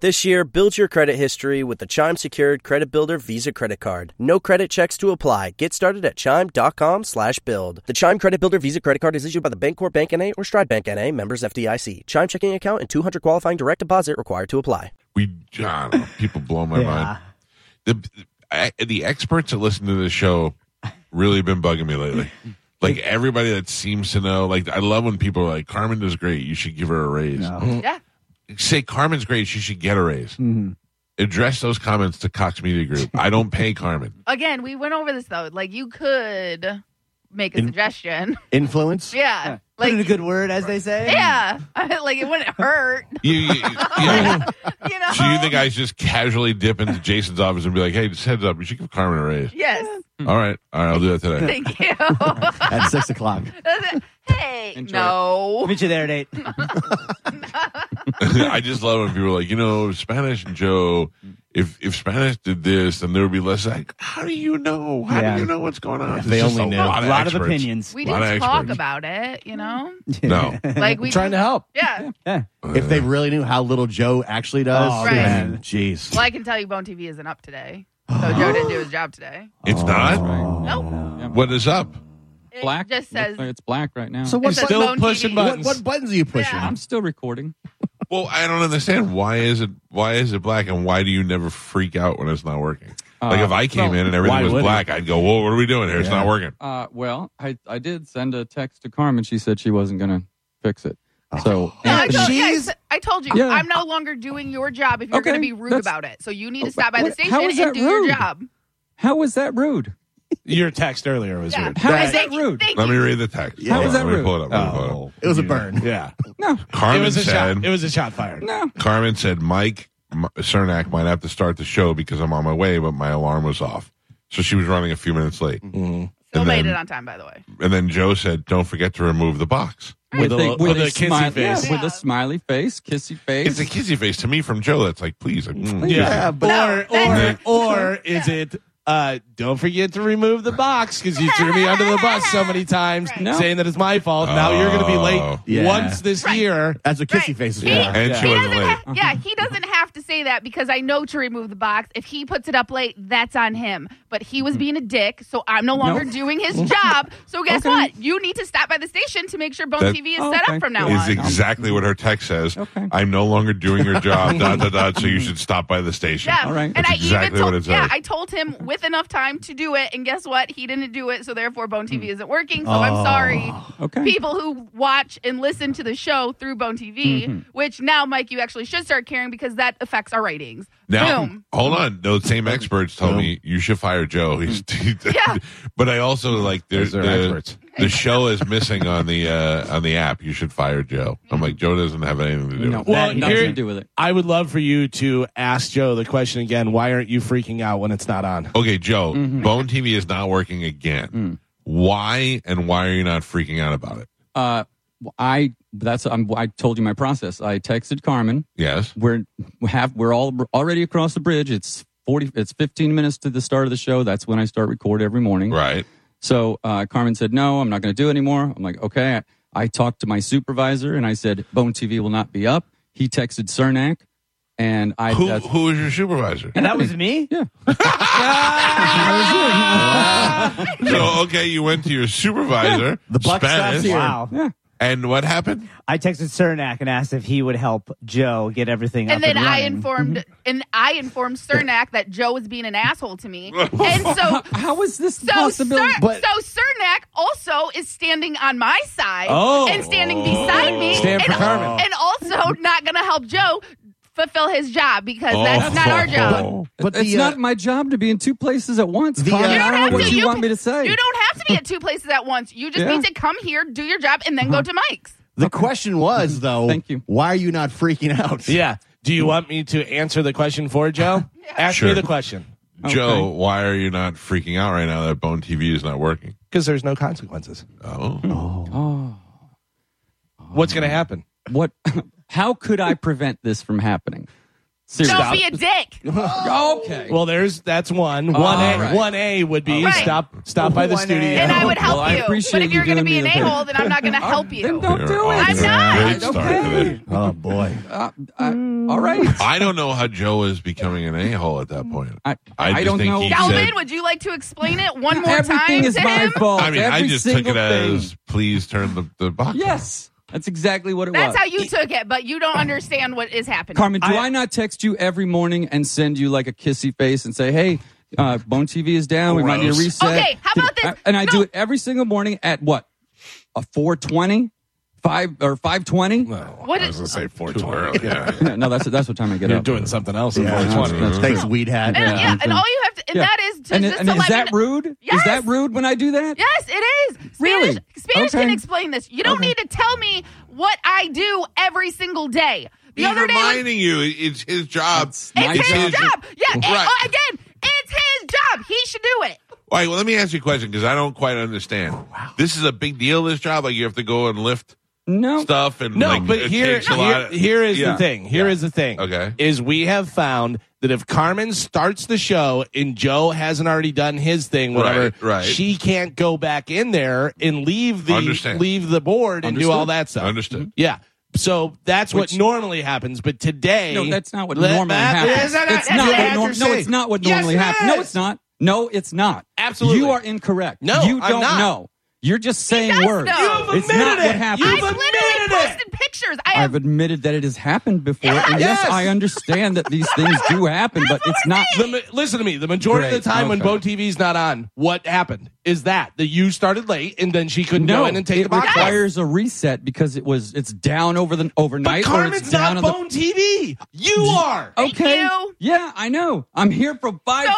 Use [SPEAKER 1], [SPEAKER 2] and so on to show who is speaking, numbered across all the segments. [SPEAKER 1] This year, build your credit history with the Chime Secured Credit Builder Visa Credit Card. No credit checks to apply. Get started at Chime.com slash build. The Chime Credit Builder Visa Credit Card is issued by the Bancorp Bank N.A. or Stride Bank N.A. members FDIC. Chime checking account and 200 qualifying direct deposit required to apply.
[SPEAKER 2] We, I don't know, people blow my mind. The, I, the experts that listen to this show really been bugging me lately. Like everybody that seems to know, like I love when people are like, Carmen does great. You should give her a raise.
[SPEAKER 3] Yeah.
[SPEAKER 2] Say Carmen's great. She should get a raise.
[SPEAKER 4] Mm-hmm.
[SPEAKER 2] Address those comments to Cox Media Group. I don't pay Carmen.
[SPEAKER 3] Again, we went over this though. Like you could make a
[SPEAKER 4] In-
[SPEAKER 3] suggestion.
[SPEAKER 4] Influence.
[SPEAKER 3] Yeah.
[SPEAKER 5] Put in a
[SPEAKER 3] Like
[SPEAKER 5] good word, as they say.
[SPEAKER 3] yeah. like it wouldn't hurt.
[SPEAKER 2] You, you, yeah.
[SPEAKER 3] You know.
[SPEAKER 2] So you think I should just casually dip into Jason's office and be like, hey, just heads up. You should give Carmen a raise.
[SPEAKER 3] Yes.
[SPEAKER 2] All right. All right. I'll do that today.
[SPEAKER 3] Thank you.
[SPEAKER 4] At six o'clock.
[SPEAKER 3] hey.
[SPEAKER 5] Enjoy
[SPEAKER 3] no.
[SPEAKER 5] Meet you there at eight.
[SPEAKER 2] I just love when people are like, you know, Spanish and Joe, if if Spanish did this, then there would be less like, how do you know? How
[SPEAKER 4] Yeah.
[SPEAKER 2] do you know what's going on?
[SPEAKER 4] If they
[SPEAKER 2] It's just
[SPEAKER 4] only knew.
[SPEAKER 2] A lot,
[SPEAKER 4] A lot of
[SPEAKER 2] experts.
[SPEAKER 4] opinions.
[SPEAKER 3] We
[SPEAKER 2] Lot
[SPEAKER 3] didn't
[SPEAKER 2] of
[SPEAKER 3] talk
[SPEAKER 2] experts.
[SPEAKER 3] about it, you know?
[SPEAKER 2] No.
[SPEAKER 3] Like we
[SPEAKER 6] trying to help.
[SPEAKER 3] Yeah.
[SPEAKER 4] Yeah.
[SPEAKER 2] Uh,
[SPEAKER 4] If they really knew how little Joe actually does,
[SPEAKER 3] Oh,
[SPEAKER 4] I
[SPEAKER 3] man.
[SPEAKER 4] mean, jeez.
[SPEAKER 3] Well, I can tell you Bone TV isn't up today. So Joe didn't do his job today.
[SPEAKER 2] It's
[SPEAKER 4] Oh,
[SPEAKER 2] not.
[SPEAKER 3] Nope.
[SPEAKER 2] Oh. What is up?
[SPEAKER 3] It
[SPEAKER 7] black
[SPEAKER 3] just says
[SPEAKER 7] it's black right now.
[SPEAKER 4] So what?
[SPEAKER 3] It says
[SPEAKER 4] button-
[SPEAKER 2] Still
[SPEAKER 3] Bone
[SPEAKER 2] pushing
[SPEAKER 3] TV.
[SPEAKER 4] What,
[SPEAKER 2] buttons.
[SPEAKER 4] what buttons are you pushing?
[SPEAKER 3] Yeah.
[SPEAKER 7] I'm still recording.
[SPEAKER 2] Well, I don't understand why is it why is it black and why do you never freak out when it's not working? like
[SPEAKER 7] Uh,
[SPEAKER 2] if Oh, I came in and everything
[SPEAKER 4] why
[SPEAKER 2] was
[SPEAKER 4] would it?
[SPEAKER 2] black, I'd go, "Whoa, what are we doing here? It's not working."
[SPEAKER 7] Uh, well, I I did send a text to Carmen. She said she wasn't going to fix it.
[SPEAKER 2] Oh.
[SPEAKER 7] So
[SPEAKER 3] No, I told, you,
[SPEAKER 4] Jeez.
[SPEAKER 3] guys, I told you,
[SPEAKER 7] Yeah.
[SPEAKER 3] I'm no longer doing your job if you're
[SPEAKER 7] Okay,
[SPEAKER 3] going to be rude
[SPEAKER 7] that's-
[SPEAKER 3] about it. So you need to stop by the
[SPEAKER 7] What-
[SPEAKER 3] station
[SPEAKER 7] how is
[SPEAKER 3] and
[SPEAKER 7] that
[SPEAKER 3] do
[SPEAKER 7] rude?
[SPEAKER 3] your job.
[SPEAKER 7] how was that rude?
[SPEAKER 6] Your text earlier was
[SPEAKER 3] Yeah.
[SPEAKER 6] rude.
[SPEAKER 7] How is
[SPEAKER 3] Thank
[SPEAKER 7] that
[SPEAKER 3] you,
[SPEAKER 7] rude?
[SPEAKER 3] thank
[SPEAKER 2] Let
[SPEAKER 3] you.
[SPEAKER 2] me read the text.
[SPEAKER 4] Yeah.
[SPEAKER 2] Hold
[SPEAKER 7] How is
[SPEAKER 2] on,
[SPEAKER 7] that
[SPEAKER 2] let me
[SPEAKER 7] rude?
[SPEAKER 2] pull it up. Let me pull it up.
[SPEAKER 4] It was a burn.
[SPEAKER 6] Yeah.
[SPEAKER 7] No,
[SPEAKER 6] It
[SPEAKER 2] Carmen
[SPEAKER 6] was a
[SPEAKER 2] said,
[SPEAKER 6] shot. It was a shot fired.
[SPEAKER 7] no.
[SPEAKER 2] Carmen said, Mike M- Cernak might have to start the show because I'm on my way, but my alarm was off. So she was running a few minutes late.
[SPEAKER 3] Still
[SPEAKER 2] and then-
[SPEAKER 3] made it on time, by the way.
[SPEAKER 2] And then Joe said, don't forget to remove the box.
[SPEAKER 6] With a lo- with a kissy
[SPEAKER 7] smile-
[SPEAKER 6] face.
[SPEAKER 7] yeah, with a smiley face, kissy face.
[SPEAKER 2] It's a kissy face to me from Joe. That's like, please. Like, mm,
[SPEAKER 6] Yeah,
[SPEAKER 4] but-
[SPEAKER 3] Oh,
[SPEAKER 6] or or or is it? Uh, don't forget to remove the box because you threw me under the bus so many times,
[SPEAKER 3] Right.
[SPEAKER 7] No.
[SPEAKER 6] saying that it's my fault. Now you're going to be
[SPEAKER 2] Oh.
[SPEAKER 6] late
[SPEAKER 4] Yeah.
[SPEAKER 6] once this
[SPEAKER 3] Right.
[SPEAKER 6] year.
[SPEAKER 4] That's what kissy
[SPEAKER 3] Right.
[SPEAKER 4] faces
[SPEAKER 3] Yeah.
[SPEAKER 4] are.
[SPEAKER 2] And she
[SPEAKER 3] He
[SPEAKER 2] wasn't
[SPEAKER 3] doesn't
[SPEAKER 2] late.
[SPEAKER 3] have, yeah, he doesn't have to say that because I know to remove the box. If he puts it up late, that's on him. But he
[SPEAKER 7] Mm-hmm.
[SPEAKER 3] was being a dick, so I'm no longer doing his job. So guess
[SPEAKER 7] Okay.
[SPEAKER 3] what? You need to stop by the station to make sure Bone
[SPEAKER 2] That-
[SPEAKER 3] TV is
[SPEAKER 7] Oh,
[SPEAKER 3] set
[SPEAKER 7] okay.
[SPEAKER 3] up from now
[SPEAKER 2] Is
[SPEAKER 3] on.
[SPEAKER 2] exactly what her text says.
[SPEAKER 7] Okay.
[SPEAKER 2] I'm no longer doing your job, dot, dot, dot, so you should stop by the station.
[SPEAKER 3] Yeah,
[SPEAKER 7] All right.
[SPEAKER 3] and
[SPEAKER 2] That's
[SPEAKER 3] I
[SPEAKER 2] exactly
[SPEAKER 3] even told
[SPEAKER 2] what it
[SPEAKER 3] yeah,
[SPEAKER 2] says.
[SPEAKER 3] I told him with enough time to do it, and guess what? He didn't do it, so therefore Bone
[SPEAKER 7] Hmm.
[SPEAKER 3] TV isn't working. So I'm sorry,
[SPEAKER 7] okay.
[SPEAKER 3] people who watch and listen to the show through Bone TV, which now Mike, you actually should start caring because that affects our ratings.
[SPEAKER 2] Now,
[SPEAKER 3] Boom.
[SPEAKER 2] hold on. Those same experts told me you should fire Joe. He's,
[SPEAKER 3] Yeah.
[SPEAKER 2] but I also like there's
[SPEAKER 6] Those are
[SPEAKER 2] the,
[SPEAKER 6] experts.
[SPEAKER 2] the show is missing on the uh, on the app. You should fire Joe.
[SPEAKER 3] Mm-hmm.
[SPEAKER 2] I'm like Joe doesn't have anything to do.
[SPEAKER 7] No,
[SPEAKER 2] with
[SPEAKER 6] Well,
[SPEAKER 7] that- nothing
[SPEAKER 6] here-
[SPEAKER 7] to do with it.
[SPEAKER 6] I would love for you to ask Joe the question again. Why aren't you freaking out when it's not on?
[SPEAKER 2] it. Okay, Joe, Bone TV is not working again. Why and why are you not freaking out about it?
[SPEAKER 7] Uh, I that's I'm, I told you my process. I texted Carmen.
[SPEAKER 2] Yes.
[SPEAKER 7] We're we have we're all we're already across the bridge. It's forty. It's fifteen minutes to the start of the show. That's when I start record every morning.
[SPEAKER 2] Right.
[SPEAKER 7] So uh, Carmen said, "No, I'm not going to do it anymore." I'm like, "Okay." I, I talked to my supervisor and I said, "Bone TV will not be up." He texted Cernak, and I
[SPEAKER 2] Who
[SPEAKER 7] that's-
[SPEAKER 2] who is your supervisor?
[SPEAKER 5] And that was me?
[SPEAKER 7] yeah.
[SPEAKER 4] Ah!
[SPEAKER 2] so okay, you went to your supervisor.
[SPEAKER 4] The buck stops
[SPEAKER 2] Spanish,
[SPEAKER 4] here.
[SPEAKER 5] Wow.
[SPEAKER 2] And what happened?
[SPEAKER 5] I texted Cernak and asked if he would help Joe get everything
[SPEAKER 3] And
[SPEAKER 5] up
[SPEAKER 3] then
[SPEAKER 5] and
[SPEAKER 3] I
[SPEAKER 5] running.
[SPEAKER 3] informed and I informed Cernak that Joe was being an asshole to me. And so
[SPEAKER 7] How is this
[SPEAKER 3] so, Cer-
[SPEAKER 7] possible?
[SPEAKER 4] But-
[SPEAKER 3] so Cernak also is standing on my side
[SPEAKER 6] Oh.
[SPEAKER 3] and standing beside me
[SPEAKER 6] Stand for
[SPEAKER 3] and,
[SPEAKER 6] Carmen.
[SPEAKER 3] and also not going to help Joe fulfill his job because that's not our job.
[SPEAKER 2] Oh.
[SPEAKER 4] But
[SPEAKER 7] it's
[SPEAKER 4] the, uh,
[SPEAKER 7] not my job to be in two places at once.
[SPEAKER 4] The,
[SPEAKER 7] Carmen,
[SPEAKER 4] uh, You
[SPEAKER 7] I
[SPEAKER 4] don't
[SPEAKER 7] don't know
[SPEAKER 3] have
[SPEAKER 7] what
[SPEAKER 3] to.
[SPEAKER 7] you,
[SPEAKER 3] You
[SPEAKER 7] want
[SPEAKER 3] can-
[SPEAKER 7] me to say.
[SPEAKER 3] You don't have to be at two places at once. You just
[SPEAKER 7] Yeah. Uh-huh.
[SPEAKER 3] need to come here, do your job, and then go to Mike's.
[SPEAKER 4] the question
[SPEAKER 3] Mm-hmm.
[SPEAKER 4] was though,
[SPEAKER 7] Thank you.
[SPEAKER 4] why are you not freaking out?
[SPEAKER 6] Yeah. Do you want me to answer the question for Joe? Ask
[SPEAKER 2] Sure.
[SPEAKER 6] me the question
[SPEAKER 2] Joe, why are you not freaking out right now that Bone TV is not working?
[SPEAKER 6] because there's no consequences.
[SPEAKER 2] Oh.
[SPEAKER 7] Oh,
[SPEAKER 6] What's going to happen?
[SPEAKER 7] what? How could I prevent this from happening? Seriously.
[SPEAKER 3] Don't be a dick.
[SPEAKER 7] okay.
[SPEAKER 6] Well, there's that's one. One
[SPEAKER 7] All
[SPEAKER 6] A.
[SPEAKER 7] Ah, right.
[SPEAKER 6] One A would be
[SPEAKER 3] Right.
[SPEAKER 6] stop stop by the
[SPEAKER 5] 1A.
[SPEAKER 6] studio.
[SPEAKER 3] And I would help
[SPEAKER 7] Well, I
[SPEAKER 3] you.
[SPEAKER 7] appreciate
[SPEAKER 3] But if
[SPEAKER 7] you
[SPEAKER 3] you're going to
[SPEAKER 7] doing
[SPEAKER 3] be an
[SPEAKER 7] me the-
[SPEAKER 3] a-hole, then I'm not going to help
[SPEAKER 7] Then
[SPEAKER 3] you.
[SPEAKER 7] don't
[SPEAKER 2] They're
[SPEAKER 7] do
[SPEAKER 2] off
[SPEAKER 7] it.
[SPEAKER 2] to
[SPEAKER 3] I'm
[SPEAKER 2] a
[SPEAKER 3] not.
[SPEAKER 2] Great start today.
[SPEAKER 4] Oh boy.
[SPEAKER 7] Uh, I, all right.
[SPEAKER 2] I don't know how Joe is becoming an a hole at that point.
[SPEAKER 7] I,
[SPEAKER 2] I
[SPEAKER 7] I
[SPEAKER 2] just
[SPEAKER 7] don't
[SPEAKER 2] think
[SPEAKER 7] know.
[SPEAKER 2] he
[SPEAKER 3] Calvin,
[SPEAKER 2] said-
[SPEAKER 3] would you like to explain it one more
[SPEAKER 7] Everything
[SPEAKER 3] time
[SPEAKER 7] is
[SPEAKER 3] to
[SPEAKER 7] my
[SPEAKER 3] him?
[SPEAKER 7] fault.
[SPEAKER 2] I mean, I
[SPEAKER 7] Every
[SPEAKER 2] just took it
[SPEAKER 7] single thing.
[SPEAKER 2] as please turn the, the box.
[SPEAKER 7] Yes, that's exactly what it was.
[SPEAKER 3] That's how you took it, but you don't understand what is happening.
[SPEAKER 7] Carmen, do I,
[SPEAKER 6] I-
[SPEAKER 7] not text you every morning and send you like a kissy face and say, "Hey, uh, Bone TV is down. We might need a
[SPEAKER 2] Gross.
[SPEAKER 7] reset."
[SPEAKER 3] Okay, how about this?
[SPEAKER 7] And I
[SPEAKER 3] No.
[SPEAKER 7] do it every single morning at what a 420, five or five twenty.
[SPEAKER 3] What
[SPEAKER 2] I was
[SPEAKER 3] is,
[SPEAKER 2] gonna say four too early. Yeah.
[SPEAKER 7] no, that's that's what time I get
[SPEAKER 6] You're
[SPEAKER 7] up.
[SPEAKER 6] doing something else.
[SPEAKER 4] Yeah.
[SPEAKER 6] Yeah.
[SPEAKER 7] That's- that's
[SPEAKER 4] Thanks, weed hat.
[SPEAKER 3] and, yeah, and
[SPEAKER 7] Yeah.
[SPEAKER 3] all you have to, and
[SPEAKER 7] Yeah.
[SPEAKER 3] that is to,
[SPEAKER 7] and
[SPEAKER 3] just
[SPEAKER 7] and
[SPEAKER 3] to
[SPEAKER 7] is
[SPEAKER 3] let me
[SPEAKER 7] that
[SPEAKER 3] know-
[SPEAKER 7] rude? Is
[SPEAKER 3] Yes.
[SPEAKER 7] that rude when I do that?
[SPEAKER 3] Yes, it is. Spanish,
[SPEAKER 7] Really?
[SPEAKER 3] Spanish can
[SPEAKER 7] Okay.
[SPEAKER 3] explain this. You don't need to tell me what I do every single day. The
[SPEAKER 2] He's
[SPEAKER 3] other day, was-
[SPEAKER 2] reminding you, it's his job.
[SPEAKER 7] It's
[SPEAKER 2] It's
[SPEAKER 7] my
[SPEAKER 3] it's his
[SPEAKER 7] job.
[SPEAKER 3] job. Yeah, it-
[SPEAKER 2] Right.
[SPEAKER 3] oh, again, it's his job. He should do it.
[SPEAKER 2] All right, well, let me ask you a question because I don't quite understand.
[SPEAKER 7] Oh,
[SPEAKER 2] This is a big deal. This job, like you have to go and lift
[SPEAKER 7] No.
[SPEAKER 2] stuff and
[SPEAKER 6] No,
[SPEAKER 2] like,
[SPEAKER 6] but
[SPEAKER 2] it
[SPEAKER 6] here,
[SPEAKER 2] takes a lot.
[SPEAKER 6] here, here is
[SPEAKER 2] Yeah.
[SPEAKER 6] the thing. Here is the thing.
[SPEAKER 2] Okay.
[SPEAKER 6] Is we have found that if Carmen starts the show and Joe hasn't already done his thing, whatever,
[SPEAKER 2] Right, right.
[SPEAKER 6] she can't go back in there and leave the
[SPEAKER 2] Understand.
[SPEAKER 6] leave the board and do
[SPEAKER 7] Understood.
[SPEAKER 6] all that stuff.
[SPEAKER 2] Understood.
[SPEAKER 6] Yeah. So that's
[SPEAKER 7] Which-
[SPEAKER 6] what normally happens, but today
[SPEAKER 7] No, that's not what
[SPEAKER 6] Let-
[SPEAKER 7] normally
[SPEAKER 6] that-
[SPEAKER 7] happens.
[SPEAKER 6] is that
[SPEAKER 7] it's
[SPEAKER 6] that's
[SPEAKER 7] not
[SPEAKER 6] what I
[SPEAKER 7] what
[SPEAKER 6] have
[SPEAKER 7] norm-
[SPEAKER 6] to
[SPEAKER 7] No,
[SPEAKER 6] say.
[SPEAKER 7] it's not what
[SPEAKER 6] Yes,
[SPEAKER 7] normally
[SPEAKER 6] it
[SPEAKER 7] happens. No,
[SPEAKER 6] is.
[SPEAKER 7] it's not. No, it's not.
[SPEAKER 6] Absolutely.
[SPEAKER 7] You are incorrect.
[SPEAKER 6] No,
[SPEAKER 7] you
[SPEAKER 6] I'm
[SPEAKER 7] don't
[SPEAKER 6] not.
[SPEAKER 7] know. You're just saying
[SPEAKER 3] does
[SPEAKER 7] words.
[SPEAKER 3] know. You have
[SPEAKER 7] It's not
[SPEAKER 6] admitted
[SPEAKER 7] what
[SPEAKER 6] it.
[SPEAKER 7] happened.
[SPEAKER 6] You've
[SPEAKER 3] I've literally
[SPEAKER 6] admitted it.
[SPEAKER 3] posted pictures. I
[SPEAKER 7] I've
[SPEAKER 3] have
[SPEAKER 7] admitted that it has happened before. and yes,
[SPEAKER 6] Yes.
[SPEAKER 7] I understand that these things do happen, but it's not.
[SPEAKER 6] The ma- listen to me. The majority
[SPEAKER 7] Great.
[SPEAKER 6] of the time when
[SPEAKER 7] Okay.
[SPEAKER 6] Bo TV's not on, what happened is that that you started late and then she couldn't go in and take
[SPEAKER 7] it
[SPEAKER 6] the box. out.
[SPEAKER 7] requires a reset because it was it's down over the overnight
[SPEAKER 6] But
[SPEAKER 7] or it's
[SPEAKER 6] Carmen's
[SPEAKER 7] down
[SPEAKER 6] not
[SPEAKER 7] on the Oh,
[SPEAKER 6] Bone TV. You are.
[SPEAKER 3] Thank
[SPEAKER 7] okay.
[SPEAKER 3] you.
[SPEAKER 7] Yeah, I know. I'm here from five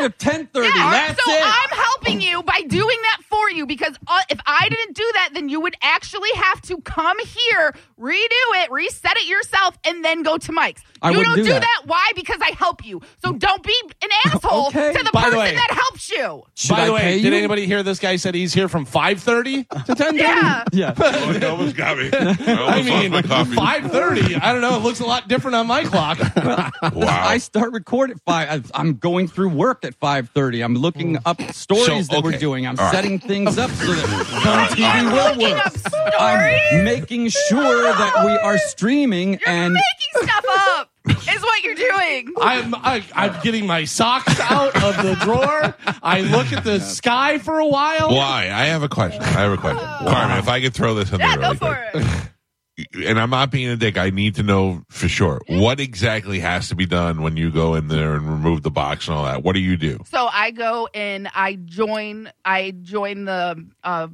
[SPEAKER 3] I'm-
[SPEAKER 7] to ten thirty.
[SPEAKER 3] Yeah,
[SPEAKER 7] That's
[SPEAKER 3] so
[SPEAKER 7] it.
[SPEAKER 3] I'm helping you by doing that for you because uh, if I didn't do that, then you would actually have to come here, redo it, reset it yourself, and then go to Mike's.
[SPEAKER 7] I
[SPEAKER 3] you
[SPEAKER 7] wouldn't
[SPEAKER 3] don't
[SPEAKER 7] do
[SPEAKER 3] do
[SPEAKER 7] that.
[SPEAKER 3] that. Why? Because I help you. So don't be an asshole
[SPEAKER 7] Okay.
[SPEAKER 3] to the
[SPEAKER 6] By the
[SPEAKER 3] person
[SPEAKER 6] way-
[SPEAKER 3] that helps you.
[SPEAKER 7] Should
[SPEAKER 6] By the
[SPEAKER 7] I pay
[SPEAKER 6] way, did
[SPEAKER 7] you?
[SPEAKER 6] anybody hear this guy said he's here from 5:30 to 10:30?
[SPEAKER 3] Yeah.
[SPEAKER 7] Yeah.
[SPEAKER 2] Oh, it almost got me. I almost
[SPEAKER 6] I
[SPEAKER 2] lost
[SPEAKER 6] mean,
[SPEAKER 2] my coffee.
[SPEAKER 6] 5:30. I don't know. It looks a lot different on my clock.
[SPEAKER 2] Wow.
[SPEAKER 7] I start record at five. I- I'm going through work at five thirty. I'm
[SPEAKER 3] Mm.
[SPEAKER 7] looking up stories that we're
[SPEAKER 2] okay.
[SPEAKER 7] doing. I'm
[SPEAKER 2] All right.
[SPEAKER 7] setting things up so that
[SPEAKER 2] All right, all
[SPEAKER 7] TV
[SPEAKER 2] right.
[SPEAKER 7] will
[SPEAKER 3] Making
[SPEAKER 7] work.
[SPEAKER 3] up stories.
[SPEAKER 7] I'm making sure that we are streaming
[SPEAKER 3] You're
[SPEAKER 7] and
[SPEAKER 3] making stuff up. Is what you're doing.
[SPEAKER 6] I'm I, I'm getting my socks out of the drawer. I look at the sky for a while.
[SPEAKER 2] Why? I have a question. I have a question. Carmen, if I could throw this in
[SPEAKER 3] Oh. Yeah,
[SPEAKER 2] there
[SPEAKER 3] go
[SPEAKER 2] really
[SPEAKER 3] for
[SPEAKER 2] quick.
[SPEAKER 3] it.
[SPEAKER 2] And I'm not being a dick. I need to know for sure what exactly has to be done when you go in there and remove the box and all that. What do you do?
[SPEAKER 3] So I go and I join. I join the uh,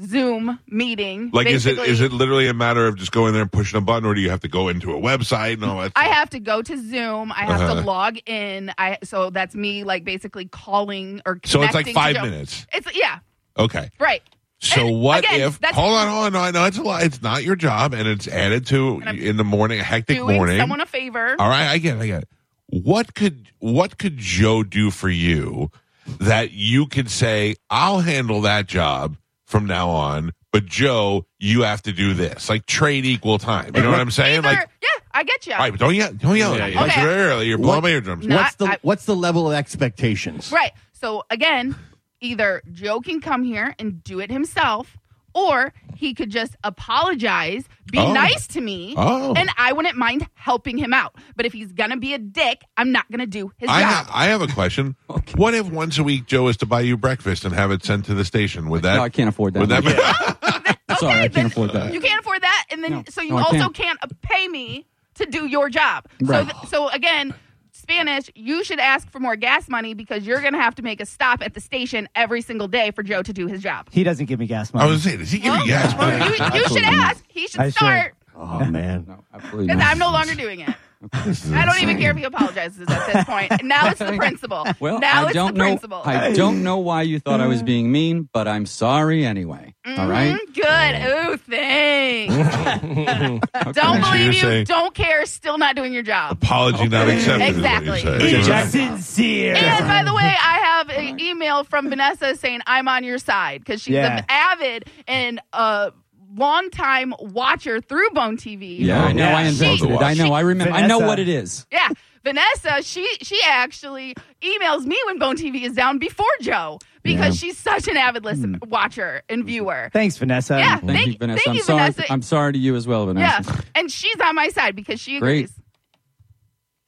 [SPEAKER 3] Zoom meeting.
[SPEAKER 2] Like, is it
[SPEAKER 3] Basically,
[SPEAKER 2] is it literally a matter of just going there and pushing a button, or do you have to go into a website and all that?
[SPEAKER 3] I
[SPEAKER 2] stuff?
[SPEAKER 3] have to go to Zoom. I have
[SPEAKER 2] Uh-huh.
[SPEAKER 3] to log in. I so that's me like basically calling or
[SPEAKER 2] So it's like
[SPEAKER 3] connecting to
[SPEAKER 2] five
[SPEAKER 3] Joe.
[SPEAKER 2] minutes.
[SPEAKER 3] It's yeah,
[SPEAKER 2] Okay.
[SPEAKER 3] right.
[SPEAKER 2] So
[SPEAKER 3] And
[SPEAKER 2] what
[SPEAKER 3] again,
[SPEAKER 2] if?
[SPEAKER 3] that's-
[SPEAKER 2] Hold on, hold on. No, I know it's a lot. It's not your job, and it's added to
[SPEAKER 3] I'm
[SPEAKER 2] in the morning, a hectic
[SPEAKER 3] Doing
[SPEAKER 2] morning.
[SPEAKER 3] someone a favor.
[SPEAKER 2] All right, I get it. I get it. What could what could Joe do for you that you could say, "I'll handle that job from now on," but Joe, you have to do this. Like trade equal time. You know what I'm saying?
[SPEAKER 3] Either-
[SPEAKER 2] Like,
[SPEAKER 3] yeah, I get you.
[SPEAKER 2] all right, but don't yell, don't yell
[SPEAKER 6] Yeah,
[SPEAKER 2] at me.
[SPEAKER 6] yeah.
[SPEAKER 2] Like,
[SPEAKER 3] Okay.
[SPEAKER 2] you're early, you're blowing
[SPEAKER 4] What-
[SPEAKER 2] my eardrums.
[SPEAKER 3] No.
[SPEAKER 4] What's
[SPEAKER 3] I-
[SPEAKER 4] the
[SPEAKER 3] I-
[SPEAKER 4] what's the level of expectations?
[SPEAKER 3] Right. So again, either Joe can come here and do it himself, or he could just apologize, be
[SPEAKER 2] Oh.
[SPEAKER 3] nice to me,
[SPEAKER 2] Oh.
[SPEAKER 3] and I wouldn't mind helping him out. But if he's gonna be a dick, I'm not gonna do his
[SPEAKER 2] I
[SPEAKER 3] job.
[SPEAKER 2] have, I have a question. What if once a week Joe is to buy you breakfast and have it sent to the station? Would that?
[SPEAKER 7] no, I can't afford that.
[SPEAKER 2] Would that be?
[SPEAKER 7] Sorry, I
[SPEAKER 3] then
[SPEAKER 7] can't afford that.
[SPEAKER 3] You can't afford that, and then
[SPEAKER 7] No.
[SPEAKER 3] so you
[SPEAKER 7] No, I
[SPEAKER 3] also
[SPEAKER 7] can't.
[SPEAKER 3] can't. uh, pay me to do your job.
[SPEAKER 7] Right.
[SPEAKER 3] So, th- so again, Spanish, you should ask for more gas money because you're going to have to make a stop at the station every single day for Joe to do his job.
[SPEAKER 5] He doesn't give me gas
[SPEAKER 2] I
[SPEAKER 5] money.
[SPEAKER 2] was saying, is he giving gas money?
[SPEAKER 3] Oh, You, you should ask. He should
[SPEAKER 5] I should.
[SPEAKER 3] start
[SPEAKER 4] Oh man.
[SPEAKER 7] No, absolutely
[SPEAKER 3] because
[SPEAKER 7] not.
[SPEAKER 3] I'm no longer doing it. I don't even care if he apologizes at this point. Now it's the principal.
[SPEAKER 7] Well,
[SPEAKER 3] now
[SPEAKER 7] I
[SPEAKER 3] it's
[SPEAKER 7] don't
[SPEAKER 3] the
[SPEAKER 7] know.
[SPEAKER 3] principal.
[SPEAKER 7] I don't know why you thought I was being mean, but I'm sorry anyway. All right.
[SPEAKER 3] Mm, Good. Ooh, thanks.
[SPEAKER 7] Okay.
[SPEAKER 3] don't
[SPEAKER 2] So you're
[SPEAKER 3] believe you.
[SPEAKER 2] saying-
[SPEAKER 3] don't care. Still not doing your job.
[SPEAKER 2] Apology not accepted. is what you're
[SPEAKER 3] Exactly.
[SPEAKER 2] saying.
[SPEAKER 5] It's
[SPEAKER 2] Right.
[SPEAKER 5] sincere.
[SPEAKER 3] And by the way, I have an email from Vanessa saying I'm on your side because she's
[SPEAKER 5] Yeah.
[SPEAKER 3] an avid and uh, longtime watcher through Bone TV.
[SPEAKER 7] Yeah, I know.
[SPEAKER 5] Yeah.
[SPEAKER 7] I invented it. I know. I remember. I know what it is.
[SPEAKER 3] Yeah, Vanessa, she she actually emails me when Bone TV is down before Joe because she's such an avid listen watcher and viewer.
[SPEAKER 5] Thanks, Vanessa.
[SPEAKER 3] Yeah,
[SPEAKER 7] Thank, Mm. you, Vanessa.
[SPEAKER 3] Thank
[SPEAKER 7] I'm
[SPEAKER 3] you,
[SPEAKER 7] sorry.
[SPEAKER 3] Vanessa.
[SPEAKER 7] I'm sorry to you as well,
[SPEAKER 3] yeah,
[SPEAKER 7] Vanessa.
[SPEAKER 3] and she's on my side because she
[SPEAKER 7] Great.
[SPEAKER 3] agrees.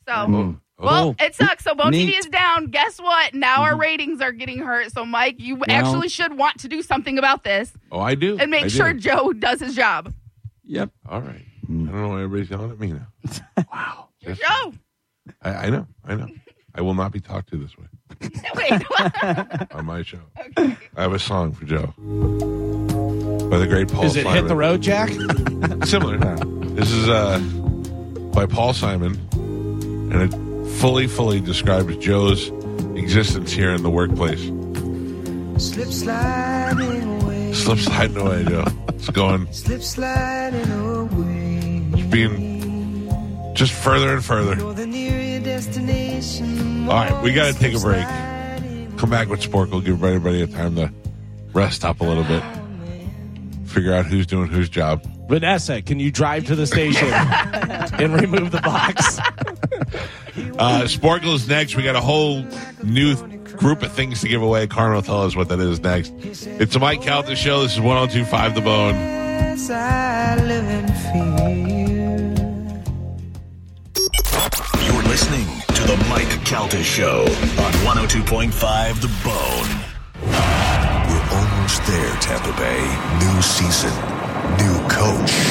[SPEAKER 3] So. Well,
[SPEAKER 7] Oh.
[SPEAKER 3] it sucks. So Bone
[SPEAKER 7] Neat. Mm-hmm.
[SPEAKER 3] TV is down. Guess what? Now our ratings are getting hurt. So Mike, you actually should want to do something about this
[SPEAKER 2] Oh, I do.
[SPEAKER 3] and
[SPEAKER 2] I
[SPEAKER 3] make
[SPEAKER 2] do.
[SPEAKER 3] sure Joe does his job.
[SPEAKER 7] Yep.
[SPEAKER 2] All right. I don't know why everybody's yelling at me now.
[SPEAKER 3] Your Joe.
[SPEAKER 2] I, I know. I know. I will not be talked to this way
[SPEAKER 3] Wait.
[SPEAKER 2] on my show. I have a song for Joe by the great Paul.
[SPEAKER 6] Is it
[SPEAKER 2] Simon.
[SPEAKER 6] hit the road, Jack?
[SPEAKER 2] Similar. This is uh, by Paul Simon, and it fully, fully describes Joe's existence here in the workplace.
[SPEAKER 8] Slip sliding away,
[SPEAKER 2] Slip sliding away, Joe. It's going,
[SPEAKER 8] slip sliding away.
[SPEAKER 2] it's being just further and further.
[SPEAKER 8] You're the nearer your destination.
[SPEAKER 2] All right, we got to take a break. Come back with Sporkle. Give everybody a time to rest up a little bit. Figure out who's doing whose job.
[SPEAKER 6] Vanessa, can you drive to the station and remove the box?
[SPEAKER 2] Uh, Sporkle's next. We got a whole new th- group of things to give away. Carmen will tell us what that is next. It's the Mike Calta Show. This is 1025 The Bone.
[SPEAKER 8] Yes, I live in fear.
[SPEAKER 9] You're listening to the Mike Calta Show on 102.5 The Bone. We're almost there, Tampa Bay. New season, new coach,